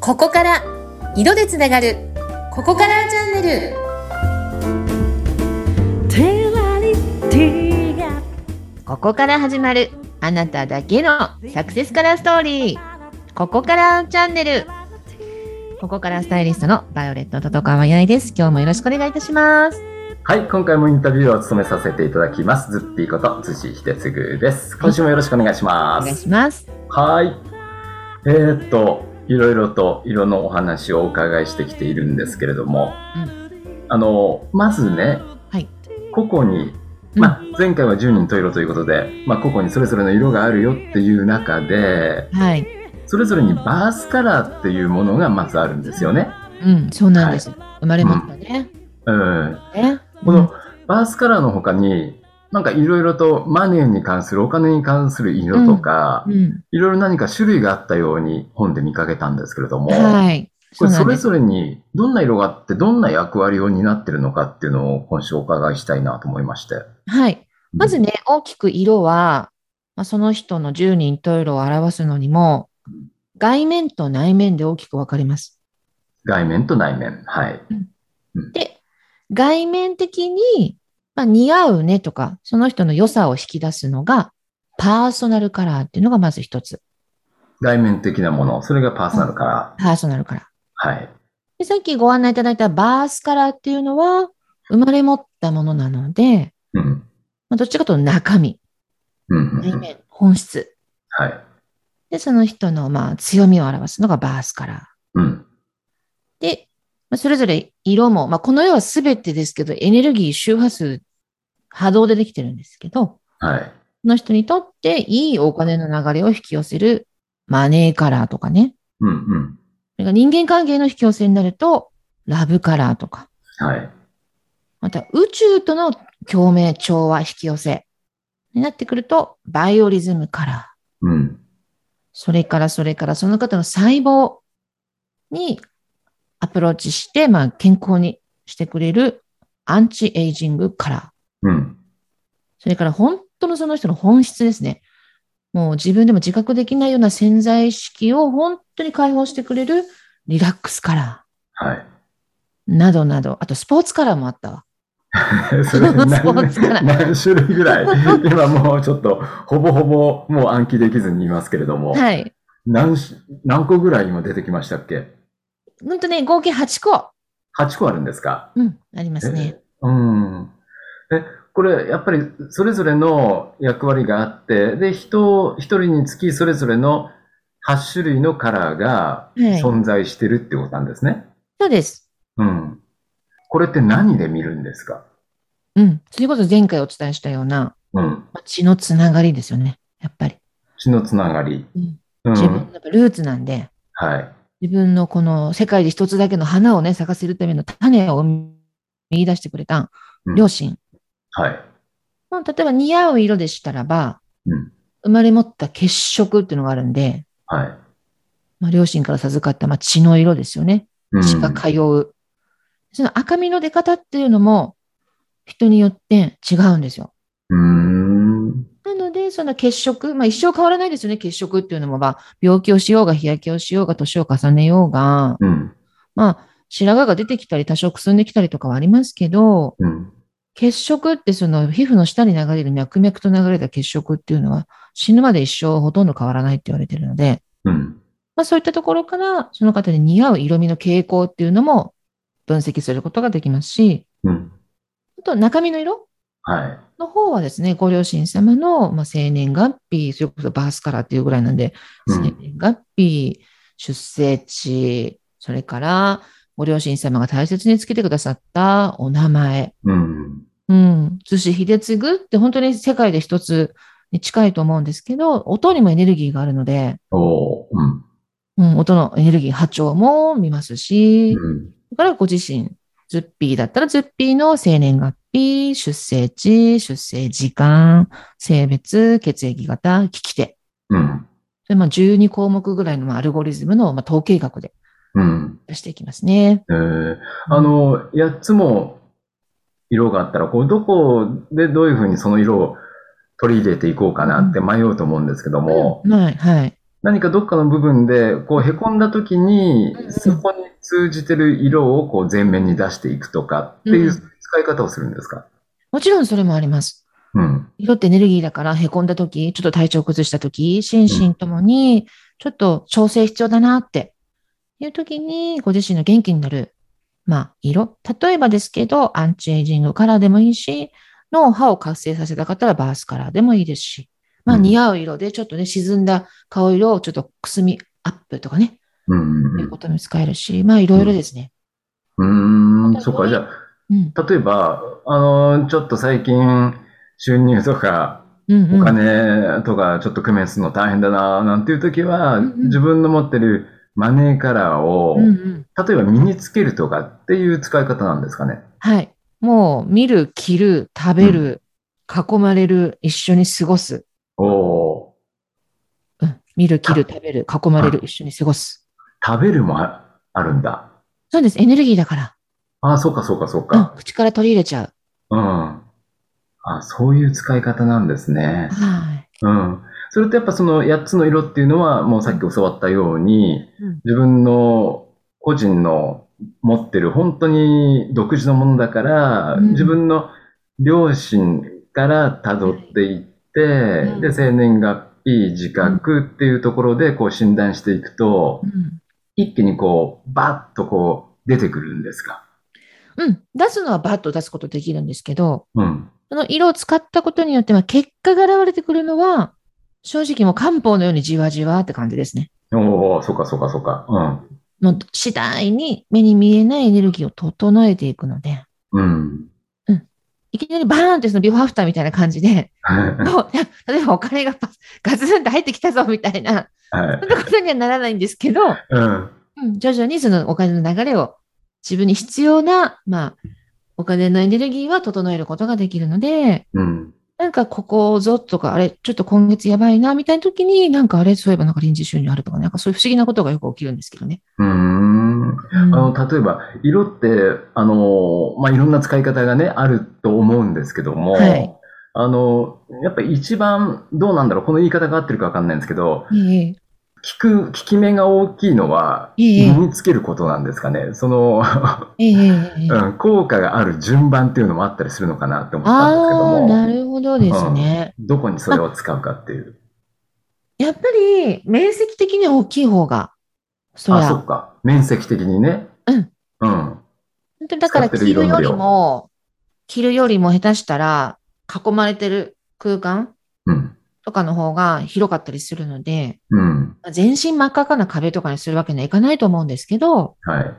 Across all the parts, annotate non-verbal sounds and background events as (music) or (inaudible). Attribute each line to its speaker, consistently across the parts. Speaker 1: ここから色でつながるここからチャンネルここから始まるあなただけのサクセスカラーストーリーここからチャンネルここからスタイリストのバイオレットととかわやいです今日もよろしくお願いいたします
Speaker 2: はい、今回もインタビューを務めさせていただきます。ズッピーこと、寿司秀次です。今週もよろしくお願いし
Speaker 1: お
Speaker 2: ま
Speaker 1: 願い
Speaker 2: す。
Speaker 1: します
Speaker 2: はい。えーっと、いろいろと色のお話をお伺いしてきているんですけれども、あの、まずね、
Speaker 1: はい
Speaker 2: 個々に、まあ、前回は10人と色ということで、まあ、個々にそれぞれの色があるよっていう中で、
Speaker 1: はい
Speaker 2: それぞれにバースカラーっていうものがまずあるんですよね。
Speaker 1: うんそうなんです、生まれましたね、
Speaker 2: うん。
Speaker 1: ね
Speaker 2: このバースカラーの他に、なんかいろいろとマネーに関する、お金に関する色とか
Speaker 1: う、ん、
Speaker 2: いろいろ何か種類があったように本で見かけたんですけれども、
Speaker 1: はいそ
Speaker 2: これ
Speaker 1: うな
Speaker 2: そ
Speaker 1: んで
Speaker 2: れ
Speaker 1: す
Speaker 2: ぞれにどんな色があって、どんな役割を担ってるのかっていうのを今週お伺いしたいなと思いまして。
Speaker 1: はいまずね、大きく色は、まあ、その人の十人十色を表すのにも、外面と内面で大きく分かれます。
Speaker 2: 外面と内面。はい。
Speaker 1: で、外面的に、まあ、似合うねとか、その人の良さを引き出すのが、パーソナルカラーっていうのがまず一つ。
Speaker 2: 外面的なもの。それがパーソナルカラー。
Speaker 1: パーソナルカラー。
Speaker 2: はい。
Speaker 1: で、さっきご案内いただいたバースカラーっていうのは、生まれ持ったものなので、
Speaker 2: うん。
Speaker 1: まあ、どっちかというと中身、
Speaker 2: うんうん
Speaker 1: 内
Speaker 2: うん。
Speaker 1: 面、本質。
Speaker 2: はい。
Speaker 1: で、その人のまあ強みを表すのがバースカラー。
Speaker 2: うん。
Speaker 1: で、まあ、それぞれ色も、まあ、この世は全てですけど、エネルギー、周波数、波動でできてるんですけど、こ
Speaker 2: はい。
Speaker 1: の人にとっていいお金の流れを引き寄せるマネーカラーとかね。
Speaker 2: うんうん。
Speaker 1: それが人間関係の引き寄せになると、ラブカラーとか。
Speaker 2: はい。
Speaker 1: また、宇宙との共鳴、調和、引き寄せになってくると、バイオリズムカラー。
Speaker 2: うん。
Speaker 1: それから、それから、その方の細胞にアプローチして、まあ、健康にしてくれるアンチエイジングカラー。
Speaker 2: うん。
Speaker 1: それから、本当のその人の本質ですね。もう自分でも自覚できないような潜在意識を本当に解放してくれるリラックスカラ
Speaker 2: はい。
Speaker 1: ーなどなど、あとスポーツカラーもあったわ。
Speaker 2: (laughs) それ何
Speaker 1: スポーツから
Speaker 2: 何種類ぐらい今もうちょっとほぼほぼもう暗記できずにいますけれども、
Speaker 1: はい。
Speaker 2: 何し何個ぐらい今出てきましたっけ
Speaker 1: ほんとね、合計8個。
Speaker 2: 8個あるんですか
Speaker 1: うん、ありますね。
Speaker 2: うんえこれやっぱりそれぞれの役割があってで人一人につきそれぞれの8種類のカラーが
Speaker 1: はい。そ
Speaker 2: 存在してるってことなんですね、
Speaker 1: うです。
Speaker 2: うんこれって何で見るんですか
Speaker 1: うん。それこそ前回お伝えしたような、
Speaker 2: うん
Speaker 1: まあ血のつながりですよね。やっぱり。
Speaker 2: 血のつながり、
Speaker 1: うん
Speaker 2: うん
Speaker 1: 自分のやっぱルーツなんで、
Speaker 2: はい
Speaker 1: 自分のこの世界で一つだけの花をね、咲かせるための種を見出してくれた
Speaker 2: うん
Speaker 1: 両親。
Speaker 2: はい
Speaker 1: まあ例えば似合う色でしたらば、
Speaker 2: うん
Speaker 1: 生まれ持った血色っていうのがあるんで、
Speaker 2: はい
Speaker 1: まあ、両親から授かった、まあ、血の色ですよね。
Speaker 2: うん
Speaker 1: 血が通う。その赤みの出方っていうのも、人によって違うんですよ。
Speaker 2: うーん。
Speaker 1: なので、その血色、まあ一生変わらないですよね、血色っていうのも、まあ、病気をしようが、日焼けをしようが、年を重ねようが、
Speaker 2: うん。
Speaker 1: まあ、白髪が出てきたり、多少くすんできたりとかはありますけど、
Speaker 2: うん。
Speaker 1: 血色ってその皮膚の下に流れる脈々と流れた血色っていうのは、死ぬまで一生ほとんど変わらないって言われてるので、
Speaker 2: うん。
Speaker 1: まあそういったところから、その方に似合う色味の傾向っていうのも分析することができますし、
Speaker 2: うん。
Speaker 1: あと中身の色
Speaker 2: はい。
Speaker 1: の方はですね、ご両親様の、まあ、生年月日、それこそバースカラーっていうぐらいなんで、
Speaker 2: う
Speaker 1: 生
Speaker 2: ん
Speaker 1: 年月日、出生地、それからご両親様が大切につけてくださったお名前、
Speaker 2: うん。
Speaker 1: うん、寿司秀次って本当に世界で一つに近いと思うんですけど、音にもエネルギーがあるので、
Speaker 2: おーうん。
Speaker 1: うん、音のエネルギー波長も見ますし、
Speaker 2: うん。
Speaker 1: だからご自身、ズッピーだったらズッピーの生年月日、出生地、出生時間、性別、血液型、聞き手。
Speaker 2: うん。
Speaker 1: それまあ12項目ぐらいのまあアルゴリズムのまあ統計学で
Speaker 2: うん。
Speaker 1: 出していきますね。
Speaker 2: えー、あの、8つも色があったら、こう、どこでどういうふうにその色を取り入れていこうかなって迷うと思うんですけども、
Speaker 1: はい、はい。
Speaker 2: 何かどっかの部分で、こう、凹んだ時に
Speaker 1: うんう、ん
Speaker 2: そこに通じてる色をこう、前面に出していくとかっていううん使い方をするんですか
Speaker 1: もちろんそれもあります。
Speaker 2: うん。
Speaker 1: 色ってエネルギーだから、へこんだ時、ちょっと体調崩した時、心身ともに、ちょっと調整必要だなっていう時に、ご自身の元気になる、まあ、色。例えばですけど、アンチエイジングカラーでもいいし、脳波を活性させた方はバースカラーでもいいですし、まあ、
Speaker 2: うん
Speaker 1: 似合う色で、ちょっとね、沈んだ顔色をちょっとくすみアップとかね、
Speaker 2: うん
Speaker 1: ということにも使えるし、まあ、いろいろですね。
Speaker 2: うん、うん。うーん、そうか。じゃ
Speaker 1: うん。
Speaker 2: あ、例えば、あのー、ちょっと最近、収入とか、
Speaker 1: うん、うん。
Speaker 2: お金とか、ちょっと工面するの大変だな、なんていう時は、
Speaker 1: うんうん
Speaker 2: 自分の持ってるマネーカラーを、
Speaker 1: うん、うん。
Speaker 2: 例えば身につけるとかっていう使い方なんですかね。
Speaker 1: はい。もう、見る、着る、食べる、囲まれる、一緒に過ごす。
Speaker 2: おお
Speaker 1: うん。見る、着る、食べる、囲まれる
Speaker 2: う、
Speaker 1: 一緒に過ごす。
Speaker 2: ー、食べるもああるんだ。
Speaker 1: そうです。エネルギーだから。
Speaker 2: ああ、そうかそうかそう
Speaker 1: うん
Speaker 2: か。。
Speaker 1: 口から取り入れちゃ
Speaker 2: うん。ああ、そういう使い方なんですね
Speaker 1: う。。はい。
Speaker 2: うん。それってやっぱその8つの色っていうのは、もうさっき教わったように
Speaker 1: うん、
Speaker 2: 自分の個人の持ってる本当に独自のものだから、
Speaker 1: うん
Speaker 2: 自分の両親から辿っていって、
Speaker 1: ん
Speaker 2: で、生年月日、自覚っていうところでこう診断していくと、
Speaker 1: うん。
Speaker 2: 一気にこう、バッとこう、出てくるんですか。
Speaker 1: うん。出すのはバッと出すことできるんですけど、
Speaker 2: うん。
Speaker 1: その色を使ったことによっては、結果が現れてくるのは、正直もう漢方のようにじわじわって感じですね。
Speaker 2: おお、そうかそうかそうか。
Speaker 1: もう次第に目に見えないエネルギーを整えていくので、
Speaker 2: うん。うん。 (laughs)
Speaker 1: いきなりバーンってそのビフォーアフターみたいな感じで、こういや例えばお金がパガツンと入ってきたぞみたいな、
Speaker 2: はい
Speaker 1: そん。なことにはならないんですけど、
Speaker 2: うん。
Speaker 1: うん徐々にそのお金の流れを自分に必要な、まあ、お金のエネルギーは整えることができるので、
Speaker 2: うん。
Speaker 1: なんかここぞとか、あれ、ちょっと今月やばいな、みたいな時に、なんかあれ、そういえばなんか臨時収入あるとかね、なんかそういう不思議なことがよく起きるんですけどね。
Speaker 2: うーん。
Speaker 1: うん
Speaker 2: あの、例えば、色って、あの、まあ、いろんな使い方がね、あると思うんですけども、
Speaker 1: はい
Speaker 2: あの、やっぱ一番、どうなんだろう、この言い方が合ってるかわかんないんですけど、
Speaker 1: え
Speaker 2: 聞く、効き目が大きいのは、
Speaker 1: ええ
Speaker 2: 身につけることなんですかね。その、
Speaker 1: ええええええ
Speaker 2: うん、効果がある順番っていうのもあったりするのかなって思ったんですけど
Speaker 1: ああ、
Speaker 2: も。
Speaker 1: なるほどですね。
Speaker 2: どこにそれを使うかっていう。
Speaker 1: やっぱり、面積的には大きい方が、そ
Speaker 2: あ、
Speaker 1: ら
Speaker 2: そっか。面積的にね。
Speaker 1: うん。
Speaker 2: うん。
Speaker 1: 本当にだから
Speaker 2: 使って
Speaker 1: 着
Speaker 2: る色
Speaker 1: るよ
Speaker 2: の量
Speaker 1: りも、着るよりも下手したら囲まれてる空間
Speaker 2: うん。
Speaker 1: とかの方が広かったりするので、
Speaker 2: うん。
Speaker 1: まあ全身真っ赤っかな壁とかにするわけにはいかないと思うんですけど、
Speaker 2: はい。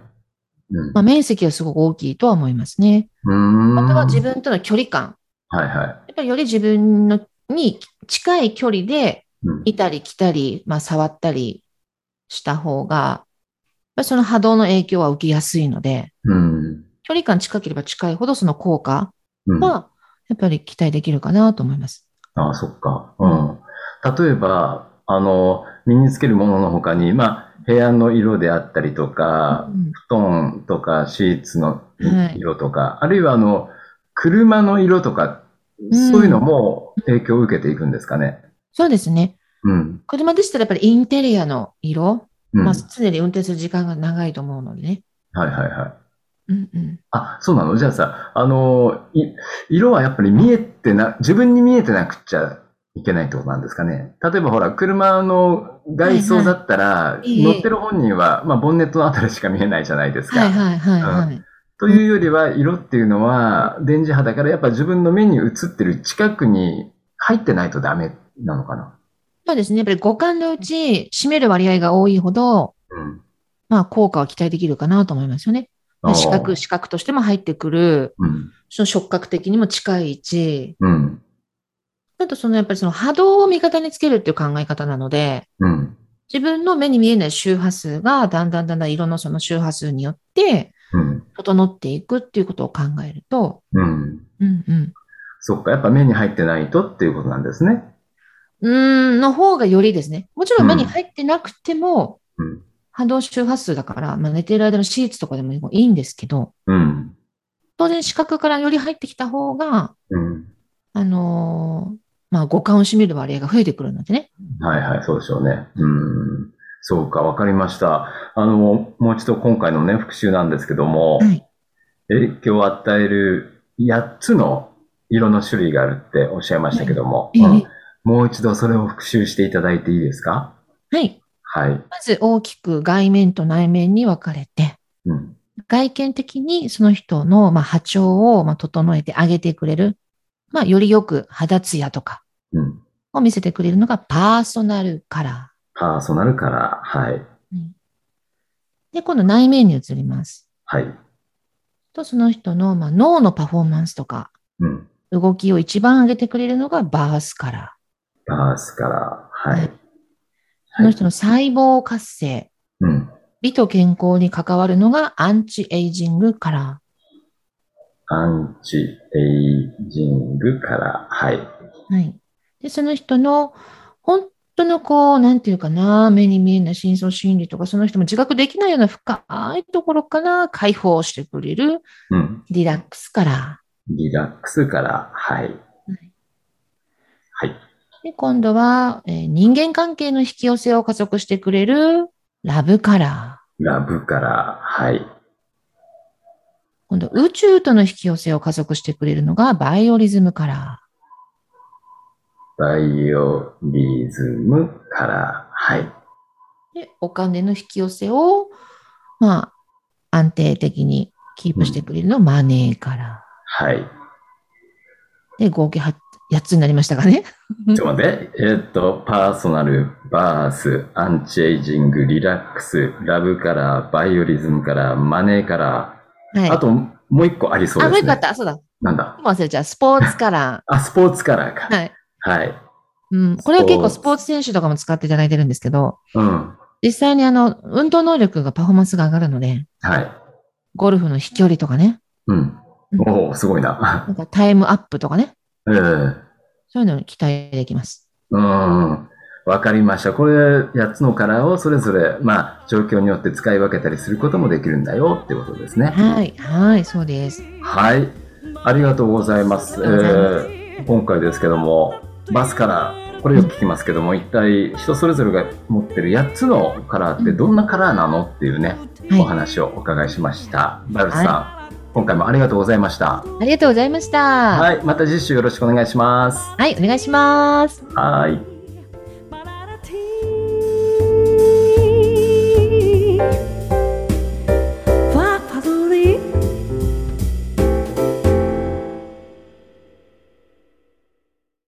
Speaker 2: うん。
Speaker 1: まあ、面積はすごく大きいとは思いますね。
Speaker 2: うーん
Speaker 1: あとは自分との距離感。
Speaker 2: はいはい。
Speaker 1: やっぱりより自分のに近い距離で
Speaker 2: うん
Speaker 1: 見たり来たり、まあ、触ったりした方が、やっぱりその波動の影響は受けやすいので、
Speaker 2: うん。
Speaker 1: 距離感近ければ近いほどその効果
Speaker 2: うん。
Speaker 1: は、やっぱり期待できるかなと思います。
Speaker 2: ああ、そっか。うん。例えば、あの、身につけるものの他に、まあ、部屋の色であったりとか、
Speaker 1: うん
Speaker 2: 布団とかシーツの
Speaker 1: はい
Speaker 2: 色とか、あるいはあの、車の色とか、
Speaker 1: ん
Speaker 2: そういうのも影響を受けていくんですかね。
Speaker 1: そうですね。
Speaker 2: うん。
Speaker 1: 車でしたらやっぱりインテリアの色、
Speaker 2: うん。
Speaker 1: まあ、
Speaker 2: はい
Speaker 1: 常に運転する時間が長いと思うのでね。
Speaker 2: はいはい。
Speaker 1: うんうん、
Speaker 2: あ、そうなのじゃあさ、あの、い色はやっぱり見えてな、自分に見えてなくちゃいけないってことなんですかね。例えばほら、車の外装だったら、
Speaker 1: いはい
Speaker 2: 乗ってる本人は、まあ、ボンネットのあたりしか見えないじゃないですか。
Speaker 1: はいはいはいはい。
Speaker 2: というよりは、色っていうのは、電磁波だからやっぱ自分の目に映ってる近くに入ってないとダメなのかな。
Speaker 1: そうですね。やっぱり五感のうち占める割合が多いほど、
Speaker 2: うん。
Speaker 1: まあ、効果は期待できるかなと思いますよね。
Speaker 2: あー
Speaker 1: 視覚、視覚としても入ってくる、
Speaker 2: うん。
Speaker 1: その触覚的にも近い位置、
Speaker 2: うん。
Speaker 1: あとそのやっぱりその波動を味方につけるっていう考え方なので、
Speaker 2: うん。
Speaker 1: 自分の目に見えない周波数がだんだんだんだん色のその周波数によって
Speaker 2: うん。
Speaker 1: 整っていくっていうことを考えると、
Speaker 2: うん。
Speaker 1: うんうん。
Speaker 2: そっか、やっぱ目に入ってないとっていうことなんですね。
Speaker 1: うーん、の方がよりですね。もちろん目に入ってなくても、
Speaker 2: うん
Speaker 1: 波動周波数だから、まあ、寝てる間のシーツとかでもいいんですけど、
Speaker 2: うん。
Speaker 1: 当然視覚からより入ってきた方が、
Speaker 2: うん。
Speaker 1: あのーまあ、五感を占める割合が増えてくるんだってね。
Speaker 2: はいはい、そうでしょうね。うん。そうか、わかりました。あの、もう一度今回のね、復習なんですけども、
Speaker 1: はい。
Speaker 2: 影響を与える8つの色の種類があるっておっしゃいましたけども、
Speaker 1: ええ
Speaker 2: うんもう一度それを復習していただいていいですか
Speaker 1: はい。
Speaker 2: はい。
Speaker 1: まず大きく外面と内面に分かれて、
Speaker 2: うん。
Speaker 1: 外見的にその人のまあ波長をまあ整えてあげてくれる、まあ、よりよく肌ツヤとか
Speaker 2: うん。
Speaker 1: を見せてくれるのがパーソナルカラ
Speaker 2: パーソナルカラー。はい。
Speaker 1: ー。で、今度内面に移ります。
Speaker 2: はい。
Speaker 1: と、その人のまあ脳のパフォーマンスとか、
Speaker 2: うん。
Speaker 1: 動きを一番上げてくれるのがバースカラー。
Speaker 2: パースカラー。はい。
Speaker 1: その人の細胞活性、
Speaker 2: うん。
Speaker 1: 美と健康に関わるのがアンチエイジングカラ
Speaker 2: アンチエイジングカラー。はい。
Speaker 1: ー。はい。で、その人の本当のこう、なんていうかな、目に見えない深層心理とか、その人も自覚できないような深いところから解放してくれる
Speaker 2: うん。
Speaker 1: リラックスカラ
Speaker 2: リラックスカラー。はい。はい。
Speaker 1: ー。で、今度は、えー人間関係の引き寄せを加速してくれるラブカラー。
Speaker 2: ラブカラー。はい。
Speaker 1: 今度、宇宙との引き寄せを加速してくれるのがバイオリズムカラ
Speaker 2: バイオリズムカラー。はい。
Speaker 1: ー。で、お金の引き寄せを、まあ、安定的にキープしてくれるのマネーカラ
Speaker 2: はい。
Speaker 1: ー。で、合計 8, つになりましたかね。
Speaker 2: ちょっと待って。えーっと、パーソナル、バース、アンチエイジング、リラックス、ラブカラー、バイオリズムカラー、マネーカラ
Speaker 1: (laughs) はい。
Speaker 2: ー。あと、もう一個ありそう
Speaker 1: あ、
Speaker 2: です
Speaker 1: もうよか
Speaker 2: ね。
Speaker 1: った。そうだ。
Speaker 2: なんだ。
Speaker 1: もう忘れちゃう。スポーツカラ
Speaker 2: あ、スポーツカ
Speaker 1: ー。
Speaker 2: ラー
Speaker 1: (laughs)
Speaker 2: か。
Speaker 1: はい。
Speaker 2: はい。
Speaker 1: うん。これは結構スポーツ選手とかも使っていただいてるんですけど、
Speaker 2: うん。
Speaker 1: 実際にあの、運動能力がパフォーマンスが上がるので、
Speaker 2: はい。
Speaker 1: ゴルフの飛距離とかね、
Speaker 2: うん。
Speaker 1: うん
Speaker 2: おおすごいな。 (laughs)
Speaker 1: なんかタイムアップとかね、
Speaker 2: えー
Speaker 1: そういうのに期待できます。
Speaker 2: うん。わかりました。これ、8つのカラーをそれぞれ、まあ、状況によって使い分けたりすることもできるんだよってことですね。
Speaker 1: はい、はい、そうです。
Speaker 2: はい。ありがとうございます。え
Speaker 1: ありがとうご
Speaker 2: ー今回ですけども、バスカラー、これよく聞きますけども、一体人それぞれが持ってる8つのカラーってどんなカラーなのっていうね、お
Speaker 1: はい、
Speaker 2: 話をお伺いしました。バルスさん、今回もありがとうございました。
Speaker 1: ありがとうございました。
Speaker 2: はい。また次週よろしくお願いします。
Speaker 1: はい、お願いします。
Speaker 2: はい。